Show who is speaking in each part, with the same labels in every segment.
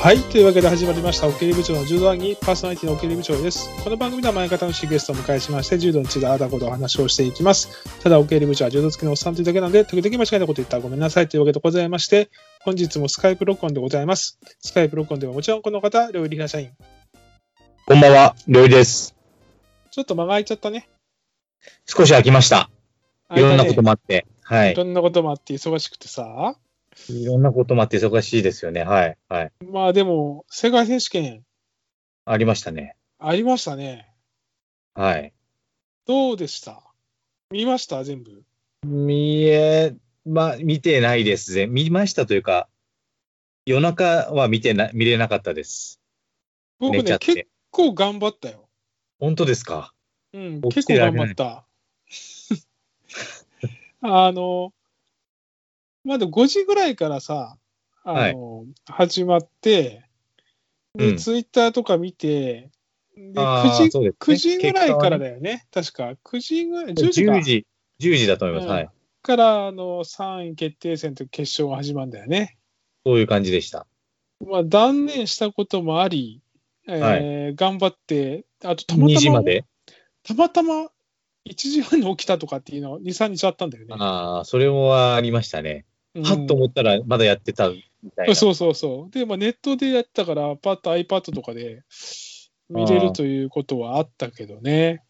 Speaker 1: はい。というわけで始まりました、オケリ部長の柔道にパーソナリティのオケリ部長です。この番組では前方のしいゲストをお迎えしまして、柔道についてあだことお話をしていきます。ただ、オケリ部長は柔道好きのおっさんというだけなので、時々間違えたこと言ったらごめんなさいというわけでございまして、本日もスカイプ録音でございます。スカイプ録音ではもちろんこの方、料理平社員。
Speaker 2: こんばんは、りょういです。
Speaker 1: ちょっと間が空いちゃったね。
Speaker 2: 少し飽きました。いろんなこと
Speaker 1: も。
Speaker 2: もあって。はい
Speaker 1: い。ろんなこともあって忙しくてさ。
Speaker 2: いろんなこともあって忙しいですよね。はい。はい。
Speaker 1: まあでも、世界選手権
Speaker 2: ありましたね。
Speaker 1: ありましたね。
Speaker 2: はい。
Speaker 1: どうでした見ました全部。
Speaker 2: 見え、まあ、見てないですね。見ましたというか、夜中は見てな、見れなかったです。
Speaker 1: 僕
Speaker 2: 寝ちゃ
Speaker 1: ね、
Speaker 2: っ
Speaker 1: 結
Speaker 2: て。
Speaker 1: 構頑張ったよ。
Speaker 2: 本当ですか
Speaker 1: うん、
Speaker 2: 起
Speaker 1: 結構
Speaker 2: きてられ
Speaker 1: 頑張
Speaker 2: ない
Speaker 1: った。 あの、まだ5時ぐらいからさ、あの、始まって、で、
Speaker 2: うん
Speaker 1: ツイッターとか見て、で、
Speaker 2: あ
Speaker 1: 9
Speaker 2: ー
Speaker 1: 時、
Speaker 2: そうですね
Speaker 1: 9時ぐらいからだ
Speaker 2: 結
Speaker 1: よね、確か。9時ぐらい、
Speaker 2: 果
Speaker 1: 10時か
Speaker 2: はね10時、10時だと思います。
Speaker 1: うん
Speaker 2: はい。
Speaker 1: から、あの、3位決定戦と決勝が始まるんだよね。
Speaker 2: そういう感じでした。
Speaker 1: まあ、断念したこともあり、えー頑張って、あと、たま
Speaker 2: 2時
Speaker 1: た
Speaker 2: ま
Speaker 1: ま、
Speaker 2: で。
Speaker 1: たまたま1時半に起きたとかっていうのは2、3日あったんだよね。
Speaker 2: ああ、それはありましたね。はっと思ったら、まだやってたみたいな。
Speaker 1: そうそうそう。で、まあ、ネットでやったから、パッと iPad とかで見れるということはあったけどね。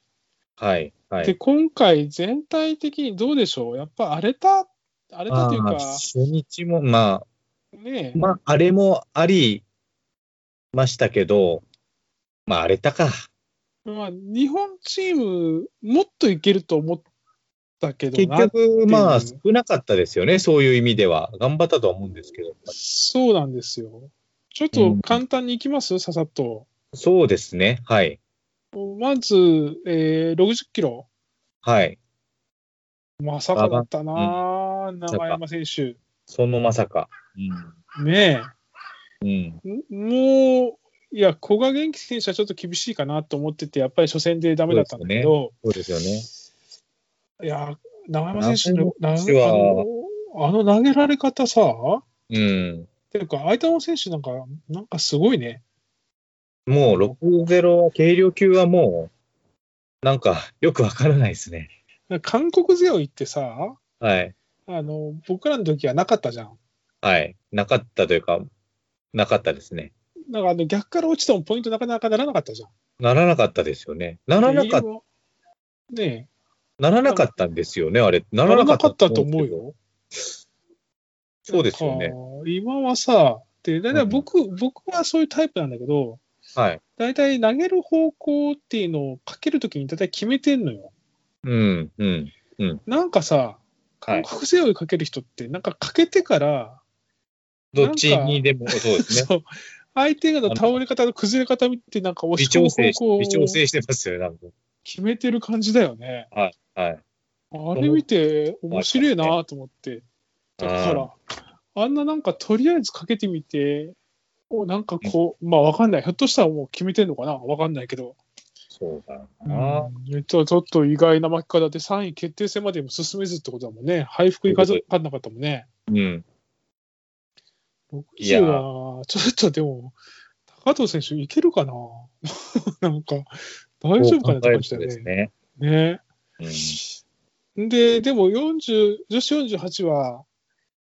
Speaker 2: はい。はい。
Speaker 1: で、今回全体的にどうでしょうやっぱ荒れた、荒れたという
Speaker 2: あ
Speaker 1: か
Speaker 2: あ、初日も、ま
Speaker 1: ね
Speaker 2: あ、まあ、あれもありましたけど、まあ、荒れたか。
Speaker 1: まあ、日本チーム、もっといけると思ったけど
Speaker 2: 結
Speaker 1: な。
Speaker 2: 局、まあ、
Speaker 1: ってい
Speaker 2: 少
Speaker 1: う
Speaker 2: なかったですよね、そういう意味では。頑張ったとは思うんですけど。
Speaker 1: そうなんですよ。ちょっと簡単にいきます、ささっと。
Speaker 2: そうですね、はい。
Speaker 1: まず、えー、60キロ。
Speaker 2: はい。
Speaker 1: まさかだったなぁ、長山選手。
Speaker 2: そのまさか。
Speaker 1: ねえ。
Speaker 2: うん。うん。
Speaker 1: んもう、いや、古賀元気選手はちょっと厳しいかなと思ってて、やっぱり初戦でダメだったんだけど、
Speaker 2: そうですよね。
Speaker 1: いや、長山選手の
Speaker 2: 長山選手
Speaker 1: なあのあの投げられ方さ、
Speaker 2: うん。
Speaker 1: ていうか、相手の選手なんか、なんかすごいね。
Speaker 2: もう、6-0は、軽量級はもう、なんか、よくわからないですね。
Speaker 1: 韓国勢を行ってさ、
Speaker 2: はい。
Speaker 1: あの僕らの時はなかったじゃん。
Speaker 2: はい。なかったというか、なかったですね。
Speaker 1: なんかあの逆から落ちてもポイントなかなかならなかったじゃん。
Speaker 2: ならなかったですよね。ならなかっ
Speaker 1: 理由はね
Speaker 2: ならなかったんですよね、あれ。
Speaker 1: え、
Speaker 2: な
Speaker 1: な
Speaker 2: ら
Speaker 1: らなか
Speaker 2: なか
Speaker 1: っ
Speaker 2: ったた
Speaker 1: と
Speaker 2: と
Speaker 1: 思
Speaker 2: 思
Speaker 1: う
Speaker 2: う
Speaker 1: よ
Speaker 2: よ。。そうですよね。
Speaker 1: なんか。今はさ、で、だいたい僕、僕はそういうタイプなんだけど、
Speaker 2: はい。
Speaker 1: だいたい投げる方向っていうのをかけるときにだいたい決めてんのよ。
Speaker 2: うん、うん。
Speaker 1: なんかさ、
Speaker 2: は
Speaker 1: 韓
Speaker 2: い
Speaker 1: 国背負いかける人って、なんかかけてから、
Speaker 2: どっちにでも、そうですね。
Speaker 1: そう、相手がの倒れ方の崩れ方見て、なんか押
Speaker 2: 微
Speaker 1: し込む
Speaker 2: 調整
Speaker 1: 方
Speaker 2: し、
Speaker 1: 向を
Speaker 2: 微調
Speaker 1: 決
Speaker 2: 整してますよね、なんか
Speaker 1: めてる感じだよね。
Speaker 2: はい。
Speaker 1: あれ見て、面白いなと思って。だから、あんななんかとりあえずかけてみて、おなんかこう、まあわかんない。ひょっとしたらもう決めてんのかなわかんないけど。
Speaker 2: そうだな。
Speaker 1: うん、ちょちょっと意外な巻き方で3位決定戦までも進めずってことだもんね。敗北いかずかんなかったもんね。
Speaker 2: うん。いや
Speaker 1: 60は、ちょっとでも、高藤選手いけるかな なんか、大丈夫かなって感
Speaker 2: そう考
Speaker 1: じだ
Speaker 2: えると
Speaker 1: よ
Speaker 2: です
Speaker 1: ね。
Speaker 2: ね。
Speaker 1: ね
Speaker 2: うん
Speaker 1: で、でも40、女子48は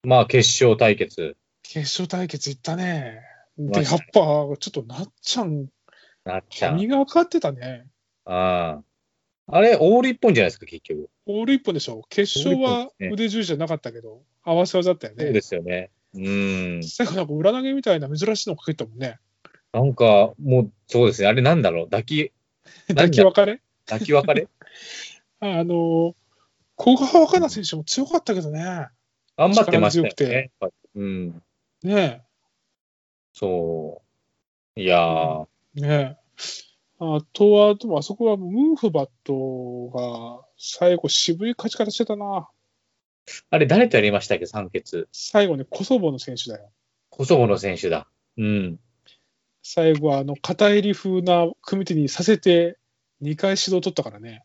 Speaker 2: まあ、決勝対決。
Speaker 1: 決勝対決いったね。
Speaker 2: ま
Speaker 1: で、
Speaker 2: あ
Speaker 1: やっぱ、ちょっとなっちゃん、
Speaker 2: なっちゃん。
Speaker 1: 髪がかってたね。
Speaker 2: ああ。あれ、オール一本じゃないですか、結局。
Speaker 1: オール一本でしょ。決勝は腕十字じゃなかったけど、合わせ技だったよ
Speaker 2: そう
Speaker 1: ね
Speaker 2: で。すよね。うん。
Speaker 1: 最後なんか裏投げみたいな珍しいのかけたもんね。
Speaker 2: なんか、もう、そうですね。あれ、なんだろう。抱き、
Speaker 1: 抱き別れ
Speaker 2: 抱き別れ
Speaker 1: あの、古賀若菜選手も強かったけどね。
Speaker 2: 頑張って
Speaker 1: 力
Speaker 2: ました
Speaker 1: 強く
Speaker 2: よ
Speaker 1: て
Speaker 2: ね。やっぱりうん。
Speaker 1: ね
Speaker 2: そう。いやー、
Speaker 1: え。ねえ。あとは、でもあそこはムーフバットが最後渋い勝ち方してたな。
Speaker 2: あれ誰とやりましたっけ、三決。
Speaker 1: 最後ね、コソボの選手だよ。
Speaker 2: コソボの選手だ。うん。
Speaker 1: 最後はあの、片襟風な組み手にさせて2回指導取ったから ね。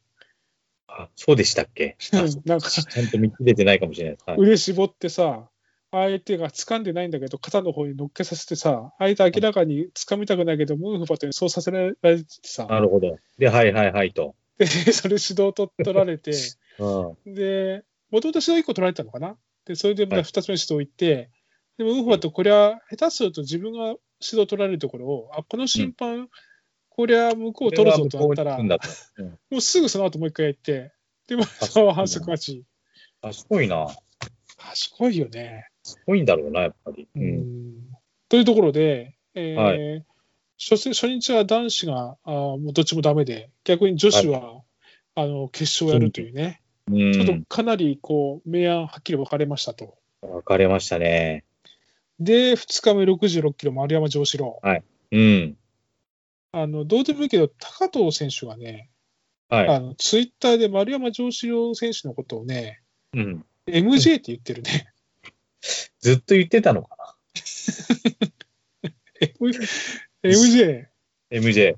Speaker 2: あ、そうでしたっけあ
Speaker 1: なんか、
Speaker 2: ちゃんと見切れてないかもしれないです。はい
Speaker 1: 腕絞ってさ、相手が掴んでないんだけど、肩の方に乗っけさせてさ、相手明らかに掴みたくないけど、ムーフバトにそうさせられて
Speaker 2: な
Speaker 1: さ、
Speaker 2: るほど。で、はいはいはいと。
Speaker 1: で、それ指導と取られ て、
Speaker 2: うん。
Speaker 1: で、もともと指導1個取られたのかなで、それでま
Speaker 2: は
Speaker 1: た
Speaker 2: い
Speaker 1: 2つ目の指導行って、でも、ウーファとこりゃ、下手すると自分が指導取られるところを、あ、この審判、こりゃ向こう取るぞとなったら、
Speaker 2: これは向こうに行くんだとうん
Speaker 1: もうすぐその後もう一回やって、で、ま
Speaker 2: あ
Speaker 1: た反則勝ち。
Speaker 2: 賢いな。
Speaker 1: 賢いよね。
Speaker 2: 賢いんだろうな、やっぱり。
Speaker 1: う
Speaker 2: うん。
Speaker 1: んというところで、えー
Speaker 2: は
Speaker 1: 初戦初日は男子があーもうどっちもダメで、逆に女子は、あの決勝をやるというね、
Speaker 2: うん
Speaker 1: ちょっとかなりこう明暗はっきり分かれましたと。
Speaker 2: 分かれましたね。
Speaker 1: で、2日目66キロ、丸山城志郎。
Speaker 2: うん。
Speaker 1: あのどうでもいいけど、高藤選手がね、
Speaker 2: は
Speaker 1: あのツイッターで丸山城志郎選手のことをね、
Speaker 2: い。うん。
Speaker 1: MJ って言ってるね。
Speaker 2: ずっと言ってたのか
Speaker 1: MJ。
Speaker 2: な。MJ。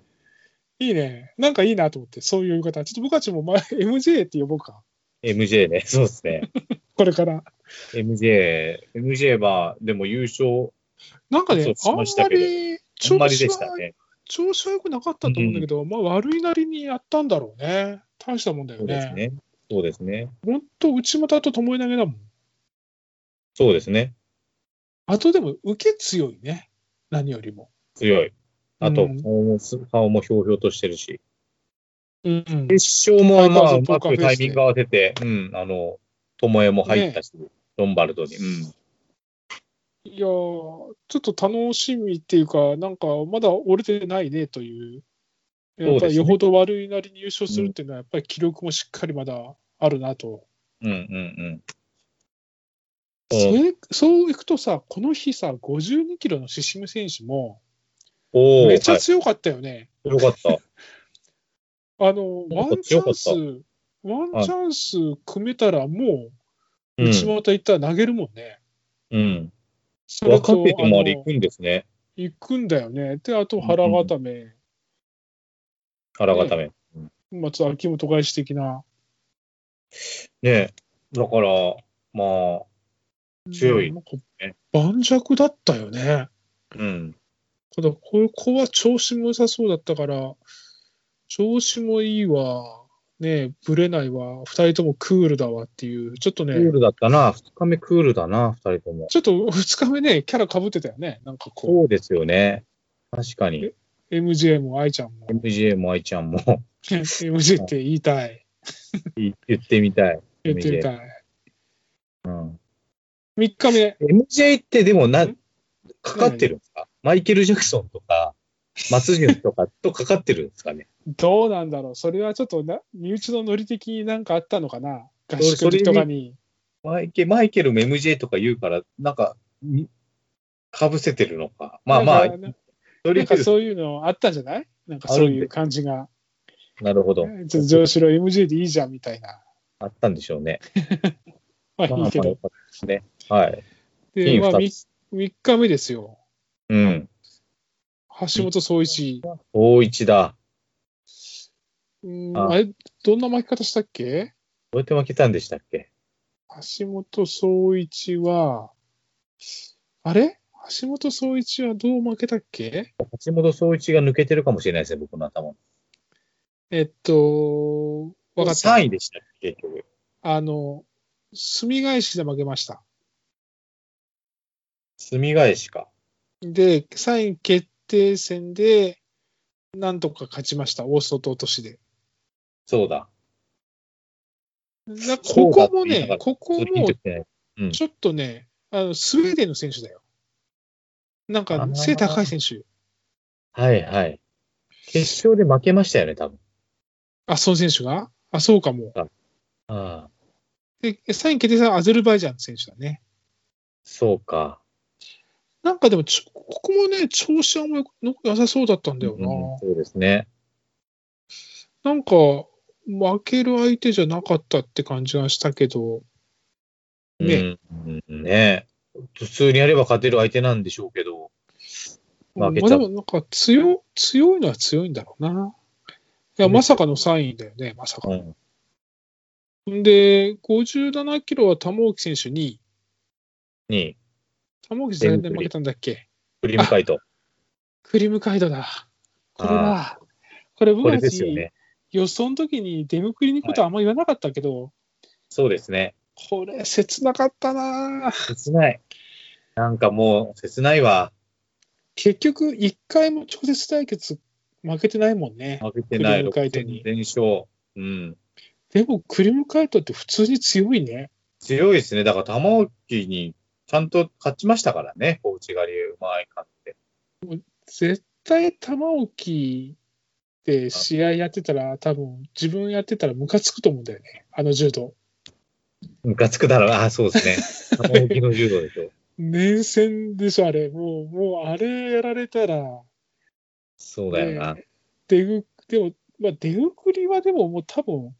Speaker 1: いいね。なんかいいなと思って、そういう呼び方。ちょっと僕たちも前 MJ って呼ぼうか。
Speaker 2: MJ ね。 そうですね。
Speaker 1: これから。
Speaker 2: MJ。MJ は、でも優勝、
Speaker 1: なんかね、
Speaker 2: そう
Speaker 1: あ
Speaker 2: し
Speaker 1: んま
Speaker 2: ましたけど
Speaker 1: り
Speaker 2: あ
Speaker 1: 調
Speaker 2: ん
Speaker 1: 子は
Speaker 2: まりでしたね。
Speaker 1: 調子は良くなかったと思うんだけど、まあ悪いなりにやったんだろうね。大したもんだ
Speaker 2: そ
Speaker 1: よ
Speaker 2: うです
Speaker 1: ね。
Speaker 2: ね。そうですね。
Speaker 1: 本当、内股と巴投げだもん。
Speaker 2: そうですね。
Speaker 1: あとでも、受け強いね。何よりも。
Speaker 2: 強い。あと、
Speaker 1: うん
Speaker 2: 顔も、顔もひょうひょうとしてるし。
Speaker 1: うん、
Speaker 2: 決勝も、まあ、
Speaker 1: あとは
Speaker 2: うま
Speaker 1: ポーカーフェイスで
Speaker 2: くタイミング合わせて、うん、あの、巴も入ったし、ロンバルドに。うん。
Speaker 1: いやー、ちょっと楽しみっていうか、なんかまだ折れてないねという、やっぱりよほど悪いなりに優勝するっていうのは、やっぱり気力もしっかりまだあるなと。
Speaker 2: うんうん
Speaker 1: そ
Speaker 2: うん。
Speaker 1: れそういくとさ、この日さ、52キロのシシム選手も、
Speaker 2: おお、は
Speaker 1: め
Speaker 2: い、
Speaker 1: っちゃ
Speaker 2: 強
Speaker 1: 強かったよね。
Speaker 2: かった。
Speaker 1: あの、
Speaker 2: なん
Speaker 1: ワ
Speaker 2: か
Speaker 1: ンチ
Speaker 2: 強
Speaker 1: ャン
Speaker 2: かった
Speaker 1: ス、ワンチャンス組めたらも
Speaker 2: う
Speaker 1: う、内
Speaker 2: ん。
Speaker 1: 股行ったら投げるもんね。
Speaker 2: うん。
Speaker 1: それ
Speaker 2: 分か
Speaker 1: と
Speaker 2: っててもあれ
Speaker 1: あ
Speaker 2: 行
Speaker 1: の
Speaker 2: くんですね。
Speaker 1: 行くんだよね。で、あと腹固め、
Speaker 2: 腹固め。
Speaker 1: まあ、ちょっと秋元返し的な。
Speaker 2: ねえだから、まあ、強い
Speaker 1: なんか
Speaker 2: ね
Speaker 1: 盤石だったよね。
Speaker 2: うん。
Speaker 1: ただ、ここは調子も良さそうだったから、調子もいいわ、ねえ、ぶれないわ、二人ともクールだわっていう、ちょっと
Speaker 2: ク
Speaker 1: ね
Speaker 2: ー、ルだったな。二日目クールだな、二人とも。
Speaker 1: ちょっと二日目ね、キャラ被ってたよね。なんかこ
Speaker 2: そうですよね。確かに。
Speaker 1: う、MJ も愛ちゃん も、
Speaker 2: MJ も愛ちゃんも
Speaker 1: MJ って言いたい、
Speaker 2: 言ってみたい。
Speaker 1: 言ってみたい。
Speaker 2: うん、
Speaker 1: 3日目、
Speaker 2: MJ ってでもな、
Speaker 1: ん
Speaker 2: かかってるんですかマイケル・ジャクソンとか、松潤とかとかかってるんですかね。
Speaker 1: どうなんだろう。それはちょっとな、身内のノリ的になんかあったのかな。合宿の日とかに。
Speaker 2: マイケマイケルも MJ とか言うから、なんか、にかぶせてるのか。まあまあ、
Speaker 1: なんか
Speaker 2: と
Speaker 1: なん
Speaker 2: りあ
Speaker 1: か
Speaker 2: えず、
Speaker 1: そういうのあったんじゃないなんかそういう感じが。
Speaker 2: なるほど。
Speaker 1: ちょっと上司の MJ でいいじゃんみたいな。
Speaker 2: あったんでしょうね。
Speaker 1: ま
Speaker 2: まあ
Speaker 1: あいいけ
Speaker 2: まあ
Speaker 1: ど
Speaker 2: よ。かったですね。はい。い
Speaker 1: で、
Speaker 2: い
Speaker 1: まあ
Speaker 2: 二つ
Speaker 1: 3, 日目ですよ。
Speaker 2: うん。
Speaker 1: 橋本総一。
Speaker 2: 大一だ。
Speaker 1: うん、
Speaker 2: あ
Speaker 1: あれ、どんな巻き方したっけ
Speaker 2: どうやって負けたんでしたっけ
Speaker 1: 橋本総一は、あれ橋本総一はどう負けたっけ
Speaker 2: 橋本総一が抜けてるかもしれないですね、僕の頭。
Speaker 1: えっと、わかった。
Speaker 2: 3位でしたっけ、結局。
Speaker 1: あの、墨返しで負けました。
Speaker 2: 住返しか。
Speaker 1: で、3位決定戦で、なんとか勝ちました。大外落としで。
Speaker 2: そうだ。
Speaker 1: だ
Speaker 2: そ
Speaker 1: こ
Speaker 2: う
Speaker 1: こ
Speaker 2: だって
Speaker 1: も
Speaker 2: 言いなが
Speaker 1: ね
Speaker 2: ら、
Speaker 1: こ
Speaker 2: そ
Speaker 1: こ
Speaker 2: れヒン
Speaker 1: も
Speaker 2: トしてない。うん
Speaker 1: ちょっとね、あのスウェーデンの選手だよ。なん
Speaker 2: あ
Speaker 1: か
Speaker 2: ー
Speaker 1: 背高い選手。
Speaker 2: はいはい。決勝で負けましたよね、多分。
Speaker 1: あ、その選手があ、そうかも。
Speaker 2: ああ、
Speaker 1: で、3位決定戦はアゼルバイジャンの選手だね。
Speaker 2: そうか。
Speaker 1: なんかでもちょ、ここもね、調子はあんまよく良さそうだったんだよな。
Speaker 2: うんそうですね。
Speaker 1: なんか、負ける相手じゃなかったって感じがしたけど、ね
Speaker 2: うんうんね普通にやれば勝てる相手なんでしょうけど。
Speaker 1: まあ、
Speaker 2: 負け
Speaker 1: で
Speaker 2: ちゃう
Speaker 1: もなんか強強いのは強いんだろうな。いや、まさかの3位だよね、まさか
Speaker 2: う。ん。
Speaker 1: で、57キロは玉置選手に、
Speaker 2: に、
Speaker 1: 玉置全然負けたんだっけ
Speaker 2: クリームカイト。
Speaker 1: クリームカイドだ。これだ。これ
Speaker 2: こ
Speaker 1: 僕
Speaker 2: れ
Speaker 1: た
Speaker 2: ですよ
Speaker 1: ち
Speaker 2: ね。
Speaker 1: 予想の時に出迎えに行くことはあんま言わなかったけど、
Speaker 2: そうですね。
Speaker 1: これ切なかったなぁ
Speaker 2: 切ない。なんかもう、切ないわ。
Speaker 1: 結局1回も直接対決負けてないもんね。
Speaker 2: 負けてな
Speaker 1: ク
Speaker 2: い。
Speaker 1: リームカイトに
Speaker 2: 6連勝。うん。
Speaker 1: でもクリームカイトって普通に強いね。
Speaker 2: 強いですね。だから、玉置にちゃんと勝ちましたからね。高知狩りうまい勝って。
Speaker 1: 絶対玉置で試合やってたら多分自分やってたらムカつくと思うんだよね。あの柔道。
Speaker 2: ムカつくだろうな。あ、そうです ね。玉置の柔道でしょ。
Speaker 1: 連戦でしょ、あれ。もう、もうあれやられたら。
Speaker 2: そうだよな。
Speaker 1: 出ぐ、でも、まあ、出送りはでももう多分、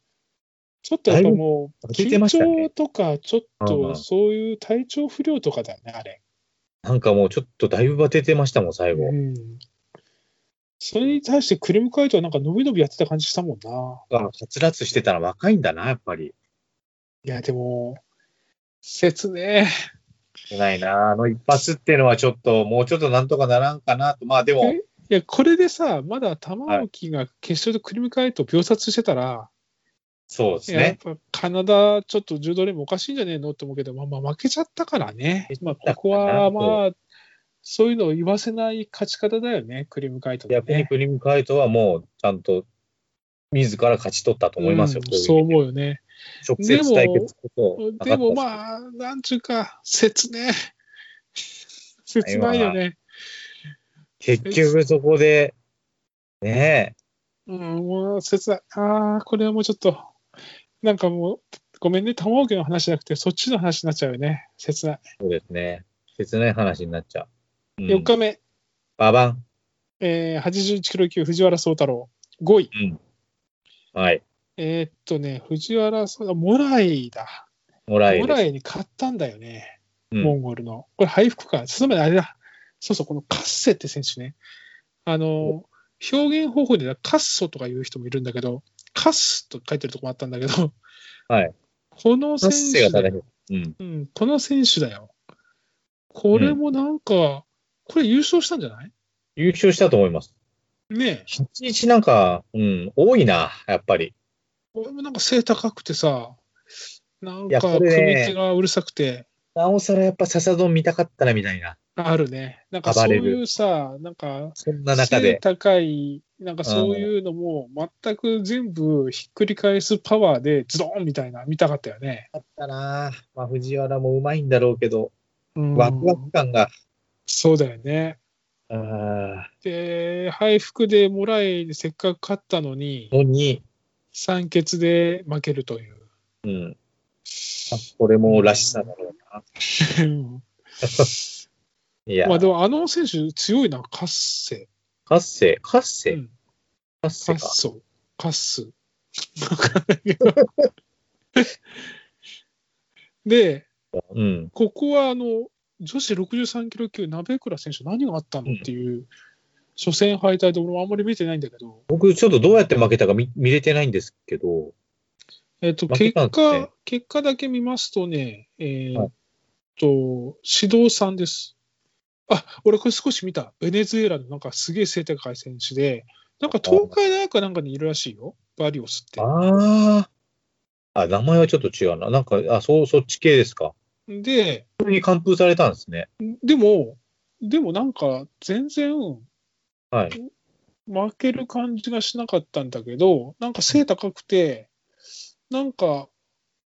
Speaker 1: ちょっとやっぱもう、
Speaker 2: だいぶ出てま
Speaker 1: 緊
Speaker 2: したね
Speaker 1: 張とか、ちょっ
Speaker 2: うんう
Speaker 1: と
Speaker 2: ん
Speaker 1: そういう体調不良とかだよね、あれ。
Speaker 2: なんかもうちょっとだいぶバテてましたもん、最後
Speaker 1: う。ん。それに対してクリームカイトはなんか伸び伸びやってた感じしたもんな。
Speaker 2: あ、はつらつしてたら若いんだな、やっぱり。
Speaker 1: いや、でも、切ね
Speaker 2: 少ないな。あの一発っていうのはちょっと、もうちょっとなんとかならんかなと。まあでも
Speaker 1: え、え。いや、これでさ、まだ玉置が決勝でクリームカイトを秒殺してたら、
Speaker 2: そうです
Speaker 1: いややっ
Speaker 2: ね。
Speaker 1: ぱカナダ、ちょっと柔道連盟おかしいんじゃねえのって思うけど、まあ、まあ負けちゃったからね、まあ、ここはまあ、そういうのを言わせない勝ち方だよね、クリームカイトで、
Speaker 2: 逆に
Speaker 1: ね。
Speaker 2: クリームカイトはもう、ちゃんと、自ら勝ち取ったと思いますよ。
Speaker 1: うん
Speaker 2: こういう
Speaker 1: そう思うよね。
Speaker 2: 直接対決ことなかった
Speaker 1: でもまあ、なんちゅうか、切ね。切ないよね。
Speaker 2: 結局そこで、ね
Speaker 1: うん、もう切ない。ああ、これはもうちょっと、なんかもう、ごめんね、玉置の話じゃなくて、そっちの話になっちゃうよね。切ない
Speaker 2: え。、そうですね。切ない話になっちゃう。うん
Speaker 1: 4日目、
Speaker 2: ババン。
Speaker 1: えー、81キロ級、藤原宗太郎、5位。
Speaker 2: はい。
Speaker 1: えーっとね、藤原さんがモライだ。
Speaker 2: もらえ
Speaker 1: モ
Speaker 2: る。
Speaker 1: ライに勝ったんだよね、
Speaker 2: うん
Speaker 1: モンゴルの。これ、敗北か。その前にあれだ。そうそう、このカッセって選手ね。あの、表現方法ではカッソとか言う人もいるんだけど、カッスと書いてるとこもあったんだけど、
Speaker 2: はい。
Speaker 1: この選
Speaker 2: カッセ
Speaker 1: 手
Speaker 2: が
Speaker 1: だ
Speaker 2: 正しい。うん。
Speaker 1: うん、この選手だよ。これもなんか、これ優勝したんじゃない
Speaker 2: 優勝したと思います。
Speaker 1: ねえ。
Speaker 2: 1なんか、うん、多いな、やっぱり。
Speaker 1: これもなんか背高くてさ、なん
Speaker 2: いや
Speaker 1: か
Speaker 2: こ
Speaker 1: 組み
Speaker 2: れね
Speaker 1: 手がうるさくて。
Speaker 2: なおさらやっぱ笹丼見たかったな、みたいな。
Speaker 1: あるね。なんか
Speaker 2: 暴
Speaker 1: そう
Speaker 2: れる
Speaker 1: いうさ、なんか、
Speaker 2: そんな中で。
Speaker 1: 高い、なんかそういうのも、全く全部ひっくり返すパワーで、ズドンみたいな、見たかったよね。
Speaker 2: あったなまあ、藤原もうまいんだろうけど、
Speaker 1: うん
Speaker 2: ワクワク感が。
Speaker 1: そうだよね。
Speaker 2: ああ
Speaker 1: で、敗復でもらえ、せっかく勝ったのに、
Speaker 2: のに、
Speaker 1: 酸欠で負けるという。
Speaker 2: うん。あこれもらしさだろうな。いや
Speaker 1: まあ、でも、あの選手、強いな、カッセ。
Speaker 2: カッセ、カッ
Speaker 1: う
Speaker 2: セ、
Speaker 1: ん
Speaker 2: カッセ
Speaker 1: カッ
Speaker 2: か。
Speaker 1: ソ、カッス。 わかんないけどで、
Speaker 2: うん。
Speaker 1: ここはあの女子63キロ級、鍋倉選手、何があったの
Speaker 2: う
Speaker 1: っ
Speaker 2: ん
Speaker 1: ていう、初戦敗退で俺もあんまり見てないんだけど、
Speaker 2: 僕、ちょっとどうやって負けたか見見れてないんですけど、
Speaker 1: えっと
Speaker 2: 負け
Speaker 1: 結
Speaker 2: たんですね
Speaker 1: 果、結果だけ見ますとね、えー
Speaker 2: は
Speaker 1: っと、指導さんです。あ俺、これ少し見た、ベネズエラのなんかすげえ背高い選手で、なんか東海大学かなんかにいるらしいよ、バリオスって。
Speaker 2: ああ。あ、名前はちょっと違うな。なんか、あ、そう、そっち系ですか。
Speaker 1: で、
Speaker 2: 普通に完封されたんですね。
Speaker 1: でも、でもなんか全然
Speaker 2: はい。
Speaker 1: 負ける感じがしなかったんだけど、なんか背高くて、なんか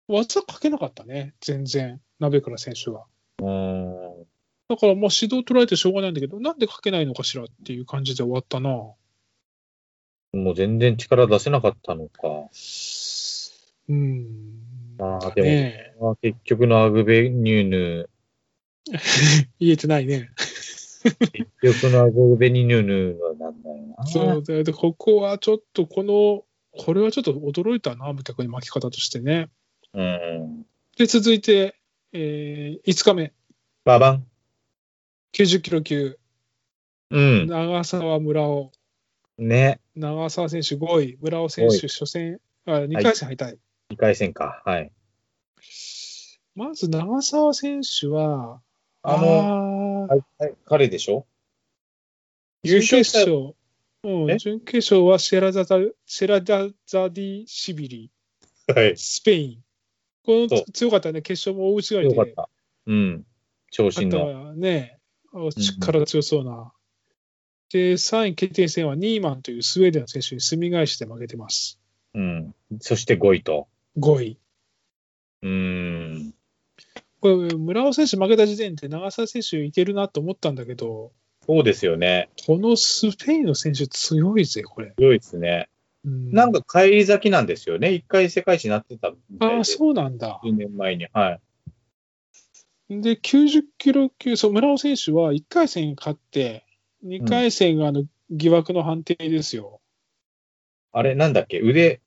Speaker 1: 技かけなかったね、全然、鍋倉選手は。
Speaker 2: うーん。
Speaker 1: だからまあ指導取られてしょうがないんだけど、なんでかけないのかしらっていう感じで終わったな。
Speaker 2: もう全然力出せなかったのか。
Speaker 1: うん。
Speaker 2: まあ
Speaker 1: だ
Speaker 2: でも
Speaker 1: ね、
Speaker 2: まあ結局のアグベニューヌ、
Speaker 1: 言えてないね。
Speaker 2: 結局のアグベニューヌはなんだよな。
Speaker 1: そうで、でここはちょっとこの、これはちょっと驚いたな、逆に巻き方としてね。
Speaker 2: うん。
Speaker 1: で、続いて、えー5日目、
Speaker 2: ババン。
Speaker 1: 90キロ級、
Speaker 2: うん。
Speaker 1: 長澤村尾。
Speaker 2: ね。
Speaker 1: 長澤選手5位、村尾選
Speaker 2: 五
Speaker 1: 手初戦、あ2回戦敗退、
Speaker 2: 2回戦か。はい。
Speaker 1: まず長澤選手は、
Speaker 2: あ
Speaker 1: あ
Speaker 2: の
Speaker 1: あな。
Speaker 2: 彼でしょ優
Speaker 1: 準
Speaker 2: 勝
Speaker 1: 決
Speaker 2: した
Speaker 1: 勝、う
Speaker 2: え
Speaker 1: ん、準決勝はシェラザザシェラザザディシビリ、
Speaker 2: はい。
Speaker 1: スペイン。こ
Speaker 2: そ
Speaker 1: の
Speaker 2: う
Speaker 1: 強かったね、決勝も大内刈り
Speaker 2: よ
Speaker 1: で。
Speaker 2: かった。うん。長身
Speaker 1: あと
Speaker 2: の。
Speaker 1: はね、あ力強そうな。で、3位決定戦はニーマンというスウェーデンの選手にすみ返して負けてます。
Speaker 2: うん。そして5位と。
Speaker 1: 5位。
Speaker 2: うーん。
Speaker 1: これ、村尾選手負けた時点で長澤選手いけるなと思ったんだけど、
Speaker 2: そうですよね。
Speaker 1: このスペインの選手強いぜ、これ。
Speaker 2: 強いですね。
Speaker 1: うん
Speaker 2: なんか帰り咲きなんですよね。一回世界一になってたみたい
Speaker 1: あ
Speaker 2: で。
Speaker 1: あ、そうなんだ。
Speaker 2: 10年前に。はい。
Speaker 1: で、90キロ級、そう、村尾選手は1回戦勝って、2回戦があの疑惑の判定ですよ。
Speaker 2: あれ、なんだっけ腕、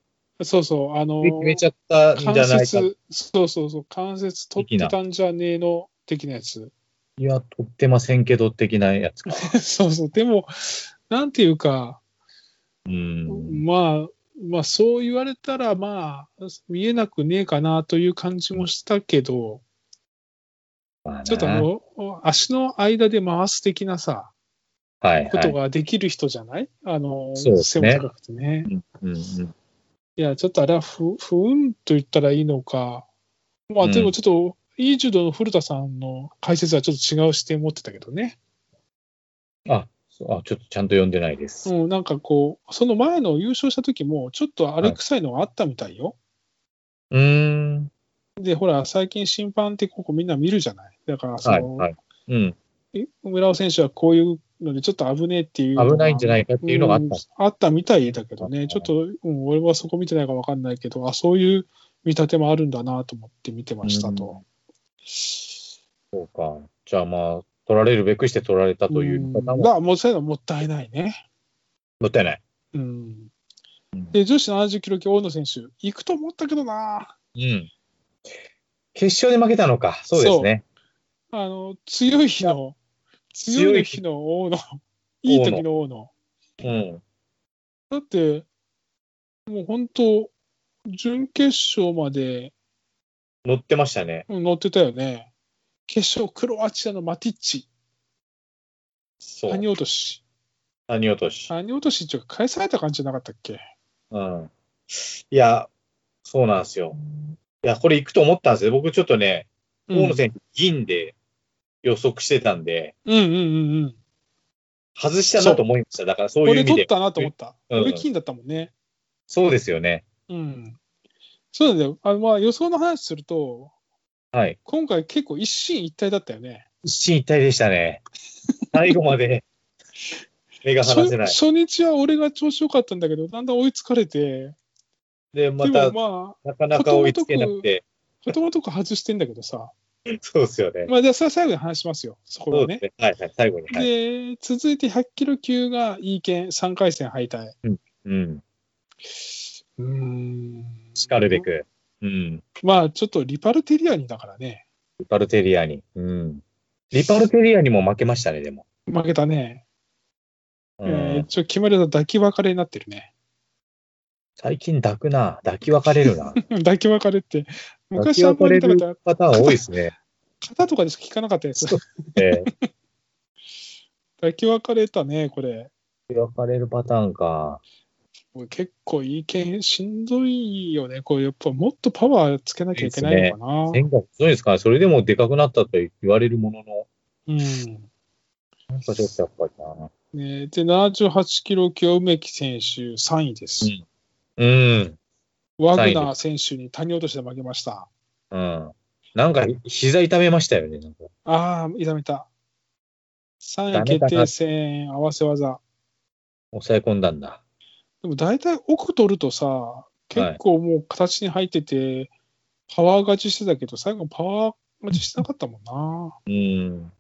Speaker 1: そうそう、あの
Speaker 2: 腕決めちゃったんじゃ
Speaker 1: 関
Speaker 2: ないか。い
Speaker 1: 節、そうそうそう、関節取ってたんじゃねえの的なやつ。
Speaker 2: や、取ってませんけど、的なやつか。
Speaker 1: そうそう、でも、なんていうか、
Speaker 2: うーん。
Speaker 1: まあ、まあ、そう言われたら、まあ、見えなくねえかなという感じもしたけど、
Speaker 2: まあ
Speaker 1: ちょっと
Speaker 2: な
Speaker 1: もう、足の間で回す的なさ、
Speaker 2: はい
Speaker 1: こ
Speaker 2: は
Speaker 1: と
Speaker 2: い。
Speaker 1: ができる人じゃない、あの、
Speaker 2: そうです
Speaker 1: 背
Speaker 2: ね
Speaker 1: も高くてね。
Speaker 2: うんうん
Speaker 1: いや、ちょっとあれは不不運と言ったらいいのか、まあ、
Speaker 2: うん
Speaker 1: でもちょっと、いい柔道の古田さんの解説はちょっと違う視点持ってたけどね。
Speaker 2: あ、そうあちょっとちゃんと読んでないです。
Speaker 1: うん、なんかこう、その前の優勝した時も、ちょっとあれ臭いのがあったみたいよ。
Speaker 2: うーん。
Speaker 1: で、ほら、最近審判ってここみんな見るじゃない。だからそ
Speaker 2: はい
Speaker 1: の、
Speaker 2: はい。うん。
Speaker 1: え村尾選手はこういうので、ちょっと危ねえっていうのが。
Speaker 2: 危ないんじゃないかっていうのがあった。
Speaker 1: うんあったみたいだけど
Speaker 2: うん
Speaker 1: ね、ちょっと、うん、俺はそこ見てないから分かんないけど、あ、そういう見立てもあるんだなと思って見てましたと。
Speaker 2: そうか。じゃあまあ、取られるべくして取られたという
Speaker 1: だ
Speaker 2: 方も、
Speaker 1: からもうそういうのはもったいないね。
Speaker 2: もったいない。
Speaker 1: うん
Speaker 2: うん。
Speaker 1: で、女子70キロ級大野選手、行くと思ったけどな、
Speaker 2: うん。決勝で負けたのか。そうですね。
Speaker 1: あの、強い日の、強い日の大野、いい時の大野。
Speaker 2: うん。
Speaker 1: だって、もう本当、準決勝まで
Speaker 2: 乗ってましたね。
Speaker 1: うん乗ってたよね。決勝、クロアチアのマティッチ、
Speaker 2: そう。
Speaker 1: 谷落とし。
Speaker 2: 谷落とし。
Speaker 1: 谷落としっていうか、返された感じじゃなかったっけ
Speaker 2: うん。いや、そうなんですよ。いや、これ行くと思ったんですよ。僕ちょっとね、大野選手、銀で予測してたんで、
Speaker 1: うんうんうんうん。
Speaker 2: 外したなと思いました。だからそういう
Speaker 1: 俺
Speaker 2: 意味
Speaker 1: 取っ
Speaker 2: で。
Speaker 1: たなと思った。
Speaker 2: うん
Speaker 1: 俺金だったもんね。
Speaker 2: そうですよね。
Speaker 1: うん。そうなんだよ。あのまあ予想の話すると、
Speaker 2: はい。
Speaker 1: 今回結構一進一退だったよね。
Speaker 2: 一進一退でしたね。最後ま で目が離せない。
Speaker 1: 初初日は俺が調子良かったんだけど、だんだん追いつかれて、
Speaker 2: で、ま
Speaker 1: で
Speaker 2: た、
Speaker 1: もまあ、
Speaker 2: なかなか追いつけなくて。
Speaker 1: ほとんどとこ外してんだけどさ。
Speaker 2: そうですよね。
Speaker 1: まあ、じゃあそれは最後に話しますよ。そこ
Speaker 2: そ
Speaker 1: は
Speaker 2: うで
Speaker 1: ね
Speaker 2: す。ね。はいはい、最後に。はい。
Speaker 1: で、続いて100キロ級がいい県3回戦敗退。
Speaker 2: うん。
Speaker 1: うーん。
Speaker 2: しかるべ。く。うん。
Speaker 1: まあ、ちょっとリパルテリアにだからね、
Speaker 2: リパルテリアに。うん。リパルテリアにも負けましたね、でも。
Speaker 1: 負けたね。
Speaker 2: うん
Speaker 1: えー、ちょ、決まりだと抱き別れになってるね。
Speaker 2: 最近抱くな。抱き分かれるな。
Speaker 1: 抱き別れって、
Speaker 2: 抱き
Speaker 1: 昔あん
Speaker 2: 分
Speaker 1: ま
Speaker 2: か
Speaker 1: り
Speaker 2: れ
Speaker 1: 見たこと
Speaker 2: る
Speaker 1: ある
Speaker 2: パターン多いです ね。
Speaker 1: 肩とかでしか聞かなかったやつ。
Speaker 2: そうえー
Speaker 1: 抱き別れたね、これ。
Speaker 2: 抱き分かれるパターンか。
Speaker 1: これ結構いい剣しんどいよね。これやっぱもっとパワーつけなきゃいけないのかな。
Speaker 2: 変化遅いですかね。それでもでかくなったと言われるものの、なんかちょっとやっぱりな。
Speaker 1: うんね、で、78キロ級は梅木選手3位です。
Speaker 2: うん。
Speaker 1: ワグナー選手に谷落としで負けました。
Speaker 2: うん。なんか、膝痛めましたよね。なんか
Speaker 1: ああ、痛めた。3
Speaker 2: ダ
Speaker 1: 位
Speaker 2: メだ
Speaker 1: 決
Speaker 2: な
Speaker 1: 定戦合わせ技。
Speaker 2: 抑え込んだんだ。
Speaker 1: でも大体奥取るとさ、結構もう形に入ってて、パワー勝ちしてたけど、最後パワー勝ちしてなかったもんな。
Speaker 2: うん。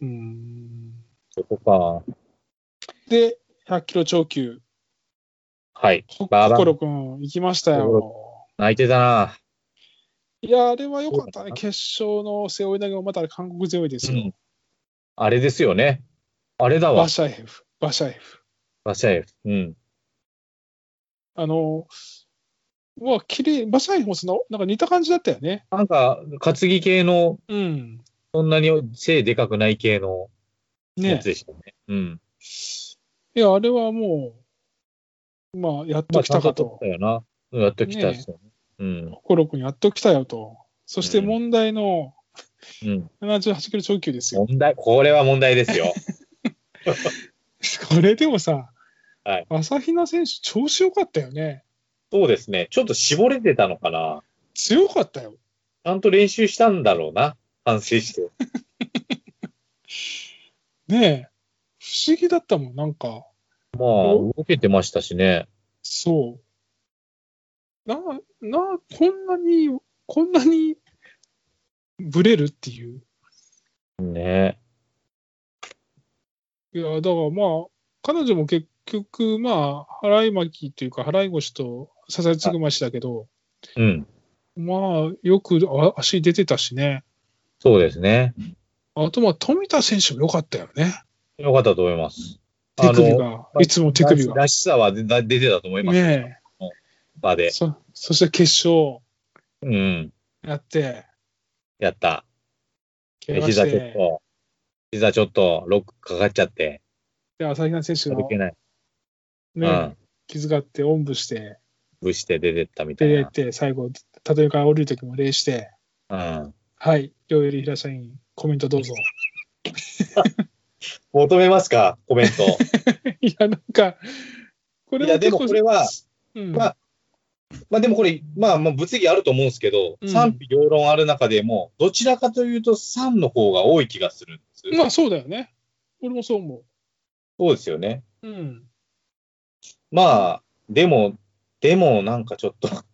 Speaker 1: うん。
Speaker 2: そこか。
Speaker 1: で、100キロ超級、
Speaker 2: はい。
Speaker 1: ほ
Speaker 2: ババン
Speaker 1: 心くん、行きましたよ。
Speaker 2: 泣いてたな。
Speaker 1: いや、あれは良かった
Speaker 2: そうだ
Speaker 1: ね。
Speaker 2: な
Speaker 1: 決勝の背負い投げもまた韓国強いですよ。
Speaker 2: あれですよね。あれだわ
Speaker 1: バ。シャエフ、バシャエフ。
Speaker 2: バシャエフ。うん。
Speaker 1: あの、うわ、綺麗バシャエフもその、なんか似た感じだったよね。
Speaker 2: なんか、担ぎ系の
Speaker 1: うん。
Speaker 2: そんなに背でかくない系のや
Speaker 1: ね
Speaker 2: つ。でしたね。うん。
Speaker 1: いや、あれはもう、まあ、やっときたか
Speaker 2: まあ
Speaker 1: と
Speaker 2: ち。ゃんと取ったよな。うんやっときたっすよね。うん。
Speaker 1: 心君やっときたよと。そして
Speaker 2: うん
Speaker 1: 問題の
Speaker 2: うん。
Speaker 1: 78キロ超級ですよ。
Speaker 2: 問題、これは問題ですよ。
Speaker 1: これでもさ、
Speaker 2: はい
Speaker 1: 朝比奈選手調子良かったよね。
Speaker 2: そうですね。ちょっと絞れてたのかな。
Speaker 1: 強かったよ。
Speaker 2: ちゃんと練習したんだろうな。反省して。
Speaker 1: ねえ。不思議だったもん、なんか。
Speaker 2: まあ、動けてましたしね。
Speaker 1: そう。な、な、こんなに、こんなに、ブレるっていう。
Speaker 2: ね
Speaker 1: いや、だからまあ、彼女も結局、まあ、払い巻きというか、払い腰と支えつぐましだけど、
Speaker 2: うん。
Speaker 1: まあ、よくあ足出てたしね。
Speaker 2: そうですね。
Speaker 1: あと、まあ、富田選手も良かったよね。
Speaker 2: よかったと思います。
Speaker 1: 手首
Speaker 2: あの
Speaker 1: が、いつも手首が。
Speaker 2: らしさは出出てたと思いますよ
Speaker 1: ね
Speaker 2: 場
Speaker 1: え。
Speaker 2: で。
Speaker 1: そ、そして決勝
Speaker 2: うん。
Speaker 1: やって、
Speaker 2: やった。
Speaker 1: 怪我し、
Speaker 2: 膝ちょってと、膝ちょっとロックかかっちゃって、
Speaker 1: で、朝比奈選手
Speaker 2: 歩
Speaker 1: の
Speaker 2: けない。う
Speaker 1: ね
Speaker 2: ん、。
Speaker 1: 気遣って、おんぶして、
Speaker 2: ぶして出てったみたい
Speaker 1: 出れ
Speaker 2: な。
Speaker 1: て、最後、畳から降りるときも礼して、
Speaker 2: うん。
Speaker 1: はい、両襟平社員、コメントどう ぞ。
Speaker 2: 求めますかコメント。
Speaker 1: いや、なんか、これ
Speaker 2: いやでも
Speaker 1: 結構
Speaker 2: これは、
Speaker 1: うん、
Speaker 2: まあまあでもこれ、まあもう物議あると思うんですけど、
Speaker 1: うん
Speaker 2: 賛否両論ある中でも、どちらかというと賛の方が多い気がするんです。
Speaker 1: まあ、そうだよね。俺もそう思
Speaker 2: そうですよね。
Speaker 1: う。うん。
Speaker 2: まあ、でも、でもなんかちょっと、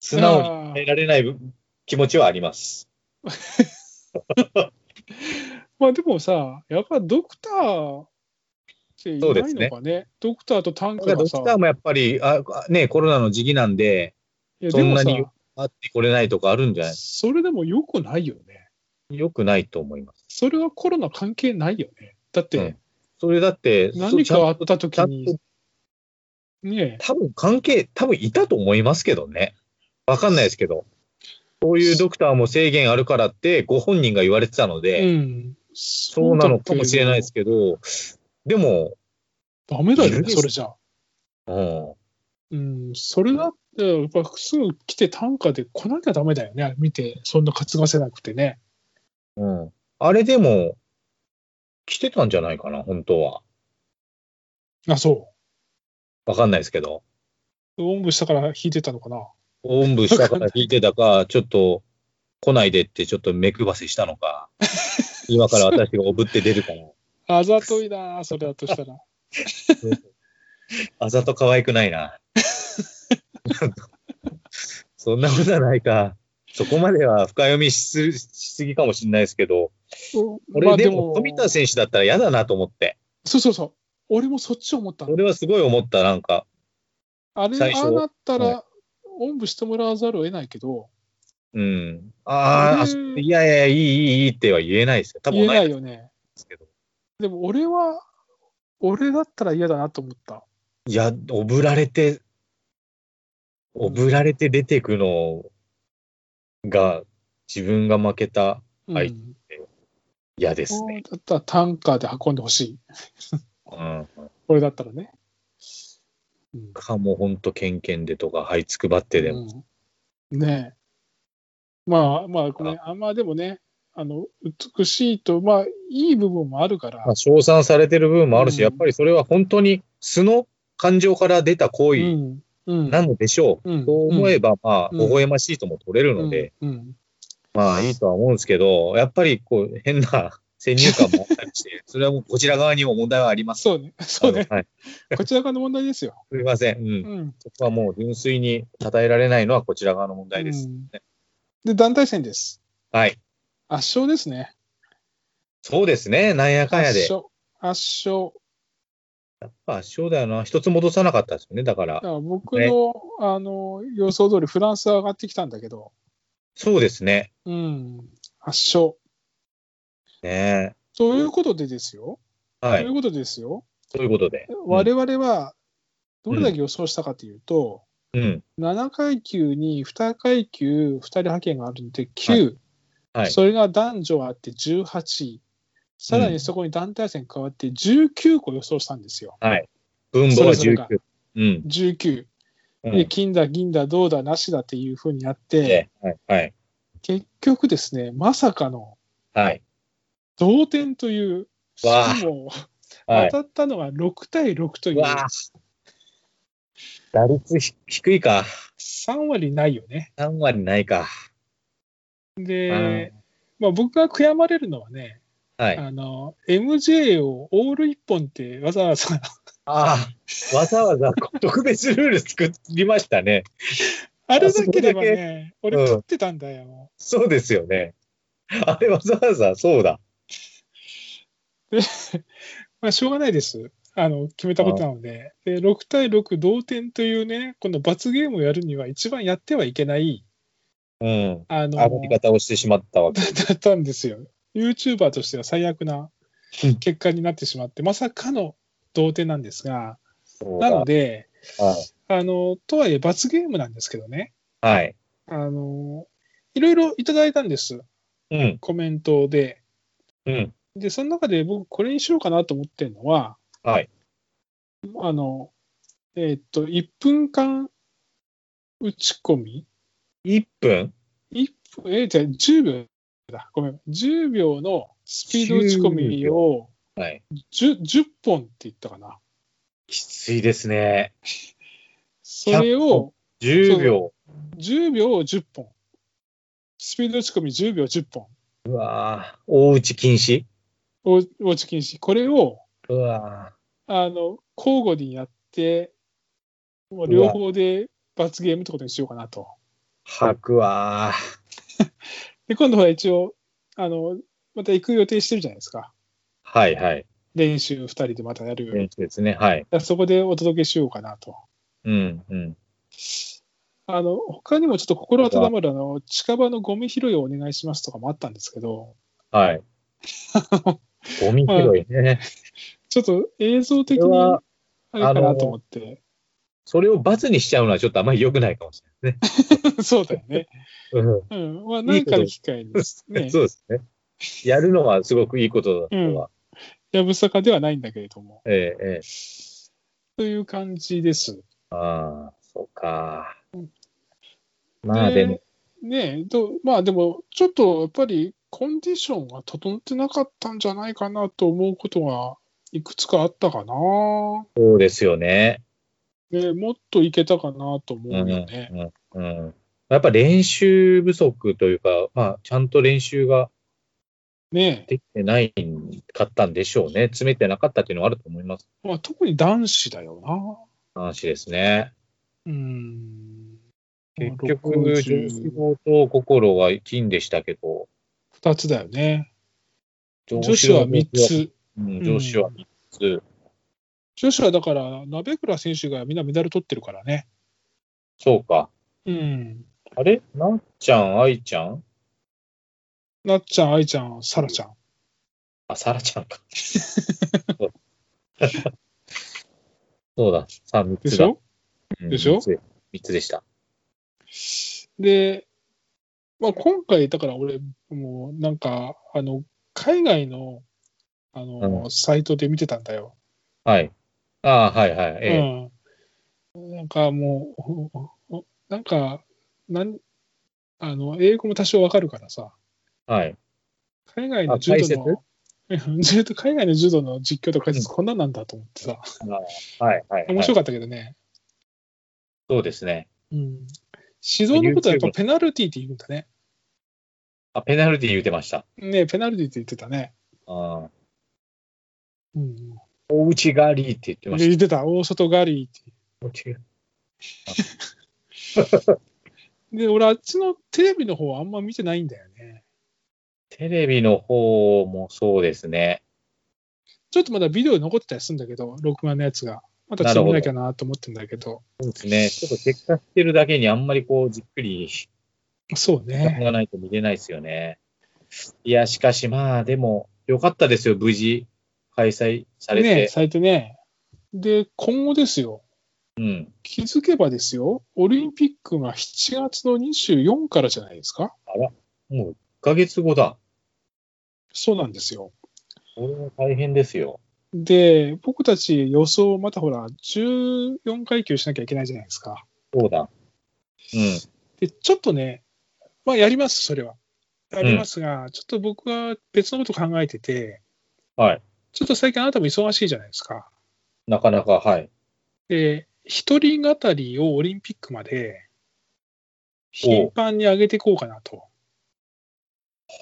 Speaker 2: 素直に
Speaker 1: あー
Speaker 2: 変えられない部気持ちはあります。
Speaker 1: まあでもさ、やっぱドクターっていない
Speaker 2: そうです
Speaker 1: の
Speaker 2: ね
Speaker 1: かね。ドクターとタン
Speaker 2: だ
Speaker 1: ク
Speaker 2: からド
Speaker 1: が
Speaker 2: クタ
Speaker 1: さ、
Speaker 2: ーもやっぱり、あね、コロナの時期なんで、
Speaker 1: いや
Speaker 2: そ
Speaker 1: で
Speaker 2: ん
Speaker 1: も
Speaker 2: な
Speaker 1: さ、
Speaker 2: に会ってこれないとかあるんじゃない
Speaker 1: それでもよくないよね。
Speaker 2: 良くないと思います。
Speaker 1: それはコロナ関係ないよね。だっ
Speaker 2: うん
Speaker 1: て、
Speaker 2: それだって、
Speaker 1: 何かあっ
Speaker 2: そう
Speaker 1: た時
Speaker 2: ちゃんとちゃん
Speaker 1: に
Speaker 2: と、
Speaker 1: ねえ、
Speaker 2: 多分関係、多分いたと思いますけどね。わかんないですけど。そういうドクターも制限あるからって、ご本人が言われてたので、
Speaker 1: うん。そ。
Speaker 2: そうなのかもしれないですすけど、でも、
Speaker 1: ダメだよ
Speaker 2: い
Speaker 1: ね、
Speaker 2: るでしょ
Speaker 1: それじゃあ。
Speaker 2: うん、
Speaker 1: うん、それだって、やっぱすぐ来て単価で来なきゃダメだよね。見て、そんな担がせなくてね。
Speaker 2: うん。あれでも、来てたんじゃないかな、本当は。
Speaker 1: あ、そ
Speaker 2: わかんないですけど。
Speaker 1: う。おんぶしたから弾いてたのかな。
Speaker 2: おんぶしたから聞いてたか、ちょっと来ないでってちょっと目配せした のか、今から私がおぶって出るから、
Speaker 1: あざといな、それだとした ら。
Speaker 2: あざと可愛くないな。 そんなことはないか。そこまでは深読みしすしすぎかもしれないですけど、俺、
Speaker 1: まあ
Speaker 2: でも富田選手だったら嫌だなと思って、
Speaker 1: そうそうそう。俺もそっち思ったの。
Speaker 2: 俺はすごい思った、なんか、
Speaker 1: あれ、
Speaker 2: 最初
Speaker 1: ああなった
Speaker 2: は
Speaker 1: ら、おんぶしてもらわざるを得ないけど、
Speaker 2: うん、あ
Speaker 1: う
Speaker 2: ー
Speaker 1: ん
Speaker 2: あ、いやいや、いい、いい、いいっては言えないですよ。多
Speaker 1: 言え
Speaker 2: 分同
Speaker 1: ないい
Speaker 2: で
Speaker 1: よね。
Speaker 2: すけど。
Speaker 1: でも俺は、俺だったら嫌だなと思った。
Speaker 2: いや、おぶられて、おぶられて出てくのが、自分が負けた
Speaker 1: うん、
Speaker 2: はい嫌ですね。
Speaker 1: だったらタンカーで運んでほしい。
Speaker 2: うん。
Speaker 1: 俺だったらね。うん
Speaker 2: かもほんと、ケンケンでとか、はいつくばってでも。
Speaker 1: うんねえ。まあまあ、ごめん。あんまあでもね、あの、美しいと、まあ、いい部分もあるから
Speaker 2: まあ、、称賛されてる部分もある
Speaker 1: う
Speaker 2: し、
Speaker 1: ん
Speaker 2: やっぱりそれは本当に素の感情から出た行
Speaker 1: う
Speaker 2: 為
Speaker 1: ん。うん。
Speaker 2: なのでしょう。
Speaker 1: うん
Speaker 2: そう思えば、まあ、
Speaker 1: う
Speaker 2: 微
Speaker 1: ん
Speaker 2: 笑ましいとも取れるので、
Speaker 1: うんうん
Speaker 2: まあいいとは思うんですけど、やっぱりこう、変な先入観もあったりして、 それはもうこちら側にも問題はあります。
Speaker 1: そうね。 そうね。
Speaker 2: あのはい。
Speaker 1: こちら側の問題ですよ。
Speaker 2: すみません。うん
Speaker 1: うん。
Speaker 2: そこはもう純粋に称えられないのはこちら側の問題です。
Speaker 1: うんで、団体戦です。
Speaker 2: はい。
Speaker 1: 圧勝ですね。
Speaker 2: そうですね。なんやかんやで。
Speaker 1: 圧
Speaker 2: やっ
Speaker 1: 勝。圧勝。
Speaker 2: ぱ圧勝だよな。一つ戻さなかったですよね。だか
Speaker 1: だ
Speaker 2: ら。
Speaker 1: から僕の、あの、予想通りフランスは上がってきたんだけど、
Speaker 2: そうですね。
Speaker 1: うん。圧勝。
Speaker 2: ね
Speaker 1: ということでですよ。
Speaker 2: えは
Speaker 1: と
Speaker 2: い
Speaker 1: いう。ことでですよ。
Speaker 2: そういうことで。
Speaker 1: 我々は、どれだけ予想したかというと、
Speaker 2: うん。
Speaker 1: 7階級に2階級2人派遣があるんで、9、
Speaker 2: はい。
Speaker 1: それが男女あって18位。さらにそこに団体戦加わって19個予想したんですよ。
Speaker 2: 分母
Speaker 1: そ
Speaker 2: は
Speaker 1: れぞれが
Speaker 2: 19。うん。
Speaker 1: 19。
Speaker 2: うん
Speaker 1: で、金だ、銀だ、銅だ、なしだっていうふうにやって、
Speaker 2: ねはい。はい。
Speaker 1: 結局ですね、まさかの
Speaker 2: はい。
Speaker 1: 同点という、し
Speaker 2: わあ
Speaker 1: かも
Speaker 2: は
Speaker 1: 当
Speaker 2: い。
Speaker 1: たったのが6対6という、
Speaker 2: わあ打率ひ低いか。
Speaker 1: 3割ないよね。
Speaker 2: 3割ないか。
Speaker 1: で、まあ、僕が悔やまれるのはね、
Speaker 2: はい。あ
Speaker 1: あの、MJ をオール一本ってわざわざ、
Speaker 2: あー、わざわざ 特別ルール作りましたね。
Speaker 1: あれだければ
Speaker 2: あそ
Speaker 1: ね、俺
Speaker 2: うん
Speaker 1: 勝ってたんだよ。
Speaker 2: そうですよね。あれわざわざ、そうだ。
Speaker 1: まあ、しょうがないです。あの、決めたことなので。で、6対6同点というね、この罰ゲームをやるには一番やってはいけない、
Speaker 2: うん。
Speaker 1: あの、
Speaker 2: あぶり方をしてしまったわけ。
Speaker 1: だったんですよ。YouTuber としては最悪な
Speaker 2: うん
Speaker 1: 結果になってしまって、まさかの同点なんですが、
Speaker 2: そうだ
Speaker 1: なので、
Speaker 2: はい。
Speaker 1: あの、とはいえ罰ゲームなんですけどね、
Speaker 2: はい。
Speaker 1: あの、いろいろいただいたんです、
Speaker 2: うん。
Speaker 1: コメントで。
Speaker 2: うん。
Speaker 1: で、その中で僕、これにしようかなと思ってるのは、
Speaker 2: はい。
Speaker 1: あの、えーっと、1分間打ち込み
Speaker 2: 1分
Speaker 1: 一分えー、じゃあ10秒だ。ごめん。10秒のスピード打ち込みを
Speaker 2: はい。
Speaker 1: 10, 10本って言ったかな。
Speaker 2: きついですね。
Speaker 1: それを
Speaker 2: 10秒。
Speaker 1: 10秒を10本。スピード打ち込み10秒10本。
Speaker 2: うわぁ。大打ち禁止
Speaker 1: おお打ち禁止。これを、
Speaker 2: うわ
Speaker 1: あの、交互にやって、もう両方で罰ゲームってことにしようかなと。
Speaker 2: ぁ。吐くわぁ。
Speaker 1: で、今度は一応、あの、また行く予定してるじゃないですか。
Speaker 2: はいはい。
Speaker 1: 練習2人でまたやる。
Speaker 2: 練習ですね。はい。
Speaker 1: だからそこでお届けしようかなと。
Speaker 2: うん。うん。
Speaker 1: あの、他にもちょっと心温まる、あの、近場のゴミ拾いをお願いしますとかもあったんですけど、
Speaker 2: はい。ゴミ拾いね。
Speaker 1: ちょっと映像的
Speaker 2: こ
Speaker 1: に
Speaker 2: れ
Speaker 1: あ
Speaker 2: は
Speaker 1: れかなと思って。
Speaker 2: それを罰にしちゃうのはちょっとあまり良くないかもしれないで
Speaker 1: そうだよね。
Speaker 2: すね。うん。、
Speaker 1: うん。まあ、何かの機会にですね
Speaker 2: そうですね。やるのはすごくいいことだとは。
Speaker 1: やぶさかではないんだけれども、
Speaker 2: ええええ。
Speaker 1: という感じです。
Speaker 2: ああ、そうか
Speaker 1: う。
Speaker 2: まあでも、
Speaker 1: ねえどうまあでも、ちょっとやっぱりコンディションが整ってなかったんじゃないかなと思うことがいくつかあったかな。
Speaker 2: そうですよね。
Speaker 1: ねえもっといけたかなと思う
Speaker 2: う
Speaker 1: よ
Speaker 2: ん、
Speaker 1: ね。
Speaker 2: うん、うん。やっぱ練習不足というか、まあ、ちゃんと練習が
Speaker 1: ね
Speaker 2: できてないかったんでしょうね。詰めてなかったっていうのはあると思います。
Speaker 1: えまあ、特に男子だよ
Speaker 2: 話ですね。
Speaker 1: な。うん。
Speaker 2: 結局、重
Speaker 1: 60
Speaker 2: 希望と心は金でしたけど、
Speaker 1: 二つだよね。女
Speaker 2: 上司
Speaker 1: 子は3。つ。
Speaker 2: うん、上司は3つ。
Speaker 1: 女子はだから、鍋倉選手がみんなメダル取ってるからね。
Speaker 2: そうか。
Speaker 1: うん。
Speaker 2: あれなっちゃん、あいちゃん
Speaker 1: なっちゃん、愛ちゃん、さらちゃん。
Speaker 2: あ、さらちゃんか。そうそうだ、さあ、3
Speaker 1: で
Speaker 2: つ
Speaker 1: し
Speaker 2: だ。
Speaker 1: ょでしょ
Speaker 2: ?3 つ三つでした。
Speaker 1: で、まあ、今回、だから俺、もうなんか、あの、海外の、あの、サイトで見てたんだよ。
Speaker 2: はい。ああ、はいはい。ええ
Speaker 1: うん。なんかもうほほ、なんか、なん、あの、英語も多少わかるからさ、
Speaker 2: はい。
Speaker 1: 海外の
Speaker 2: あ
Speaker 1: 柔
Speaker 2: 解
Speaker 1: 道の、 柔道海外の柔道の実況とか解説こんなんなんだと思ってさ、
Speaker 2: はいはい、はい。
Speaker 1: 面白
Speaker 2: か
Speaker 1: かっ
Speaker 2: っ
Speaker 1: たけどね。
Speaker 2: た。そうですね。
Speaker 1: うん。指導のことはやっぱ
Speaker 2: YouTube
Speaker 1: ペナルティって言うんだね。
Speaker 2: あ、ペナルティ言うてました。
Speaker 1: ねペナルティって言ってたね。
Speaker 2: ああ
Speaker 1: うん。
Speaker 2: 大内ガリーって言ってま
Speaker 1: 言
Speaker 2: し
Speaker 1: ってた、大外狩りって。
Speaker 2: た。大内
Speaker 1: で、俺、あっちのテレビの方はあんま見てないんだよね。
Speaker 2: テレビの方もそうですね。
Speaker 1: ちょっとまだビデオに残ってたりするんだけど、録画のやつが。またちょっと見なきゃなと思ってんだけど。
Speaker 2: そうですね。ちょっと結果してるだけにあんまりこう、じっくり
Speaker 1: そう
Speaker 2: 時間
Speaker 1: ね。
Speaker 2: がないと見れないですよね。いや、しかしまあ、でも、良かったですよ。無事、開催されて。
Speaker 1: ねされてね。で、今後ですよ。
Speaker 2: うん。
Speaker 1: 気づけばですよ、オリンピックが7月の24からじゃないですか。
Speaker 2: もう、ヶ月後だ。
Speaker 1: そうなんですよ。
Speaker 2: これも大変ですよ。
Speaker 1: で、僕たち予想、またほら、14階級しなきゃいけないじゃないですか。
Speaker 2: そうだ。うん。
Speaker 1: で、ちょっとね、まあ、やります、それは。やりますが、ちょっと僕は別のこと考えてて、
Speaker 2: はい。
Speaker 1: ちょっと最近あなたも忙しいじゃないですか。
Speaker 2: なかなか、はい。
Speaker 1: で、一人語りをオリンピックまで頻繁に上げていこうかなと。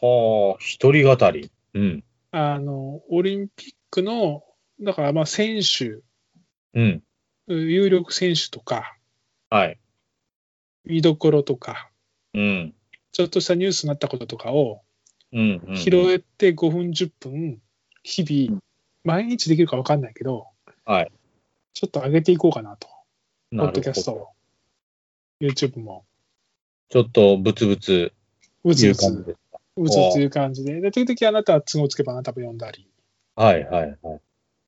Speaker 2: はあ、一人語り。うん。
Speaker 1: あの、オリンピックの、だからまあ選手、
Speaker 2: うん。
Speaker 1: 有力選手とか、
Speaker 2: はい。
Speaker 1: 見どころとか、
Speaker 2: うん。
Speaker 1: ちょっとしたニュースになったこととかを
Speaker 2: うん、うん。
Speaker 1: 拾えて5分、10分、日々、毎日できるか分かんないけど、
Speaker 2: はい
Speaker 1: ちょっと上げていこうかなと、ポ
Speaker 2: な
Speaker 1: ッ
Speaker 2: る
Speaker 1: ドキ
Speaker 2: ほ
Speaker 1: ャスト
Speaker 2: ど。
Speaker 1: を、YouTube も、
Speaker 2: ちょっと、ぶつぶつ、
Speaker 1: うつ
Speaker 2: いうう
Speaker 1: つ
Speaker 2: 感、じです。
Speaker 1: うつうついう感じで、で時々あなたは都合つけばあなたも読んだり
Speaker 2: はい、はい、はい。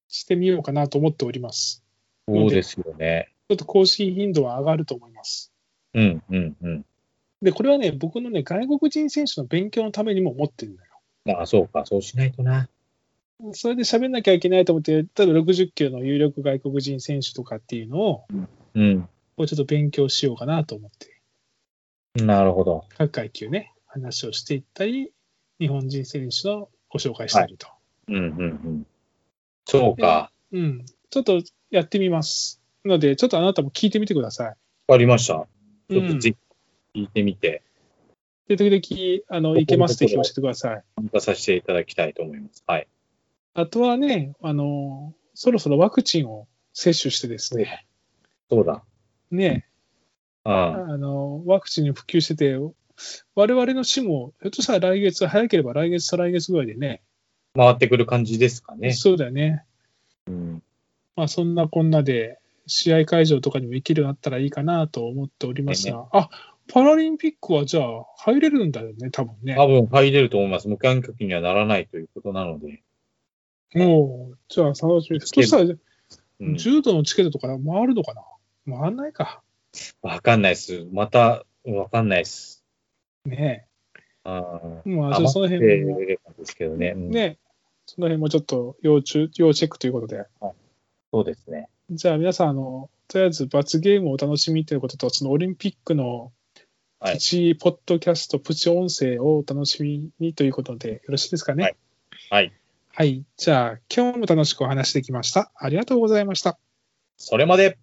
Speaker 1: してみようかなと思っております。
Speaker 2: そうですよね。
Speaker 1: ちょっと更新頻度は上がると思います。
Speaker 2: うん、うん、うん。
Speaker 1: で、これはね、僕のね、外国人選手の勉強のためにも思ってるんだよ。
Speaker 2: まあ、そうか、そうしないとな。
Speaker 1: それで喋んなきゃいけないと思って、例えば60級の有力外国人選手とかっていうのを、
Speaker 2: うん。
Speaker 1: こうちょっと勉強しようかなと思って。
Speaker 2: なるほど。
Speaker 1: 各階級ね、話をしていったり、日本人選手のご紹介したりと。
Speaker 2: うん、うん、うん。そうか。
Speaker 1: うん。ちょっとやってみます。ので、ちょっとあなたも聞いてみてくださ
Speaker 2: わかりました。
Speaker 1: い。
Speaker 2: ちょっ
Speaker 1: う
Speaker 2: と
Speaker 1: ん、
Speaker 2: ぜ
Speaker 1: で、
Speaker 2: ひ聞いてみて、
Speaker 1: 時々、あの、いけますって教えてください。
Speaker 2: 参加させていただきたいと思います。はい。
Speaker 1: あとはね、あの、そろそろワクチンを接種してですね、
Speaker 2: そうだ。
Speaker 1: ね、
Speaker 2: うん。
Speaker 1: あの、ワクチンに普及してて、我々の市も、ひょっとしたら来月、早ければ来月、再来月ぐらいでね、
Speaker 2: 回ってくる感じですかね。
Speaker 1: そうだよね。
Speaker 2: うん。
Speaker 1: まあ、そんなこんなで、試合会場とかにも行けるようになったらいいかなと思っておりますが、あパラリンピックはじゃあ、入れるんだよね、多分ね。
Speaker 2: 多分入れると思います。無観客にはならないということなので。
Speaker 1: もう、じゃあ、佐野選手、そしたら、
Speaker 2: うん
Speaker 1: 柔道のチケットとか回るのかな回んないか。
Speaker 2: わかんないです。また、わかんないです。
Speaker 1: ね
Speaker 2: あ
Speaker 1: え。ま
Speaker 2: あ
Speaker 1: あ、じゃあその辺も、
Speaker 2: ですけどね。うん
Speaker 1: ね、その辺もちょっと要注要チェックということで。
Speaker 2: そうですね。
Speaker 1: じゃあ、皆さん、あの、とりあえず罰ゲームをお楽しみということと、そのオリンピックの
Speaker 2: はい
Speaker 1: プチポッドキャスト、プチ音声をお楽しみにということで、よろしいですかね。
Speaker 2: はいはい。
Speaker 1: はい。じゃあ、今日も楽しくお話できました。ありがとうございました。
Speaker 2: それまで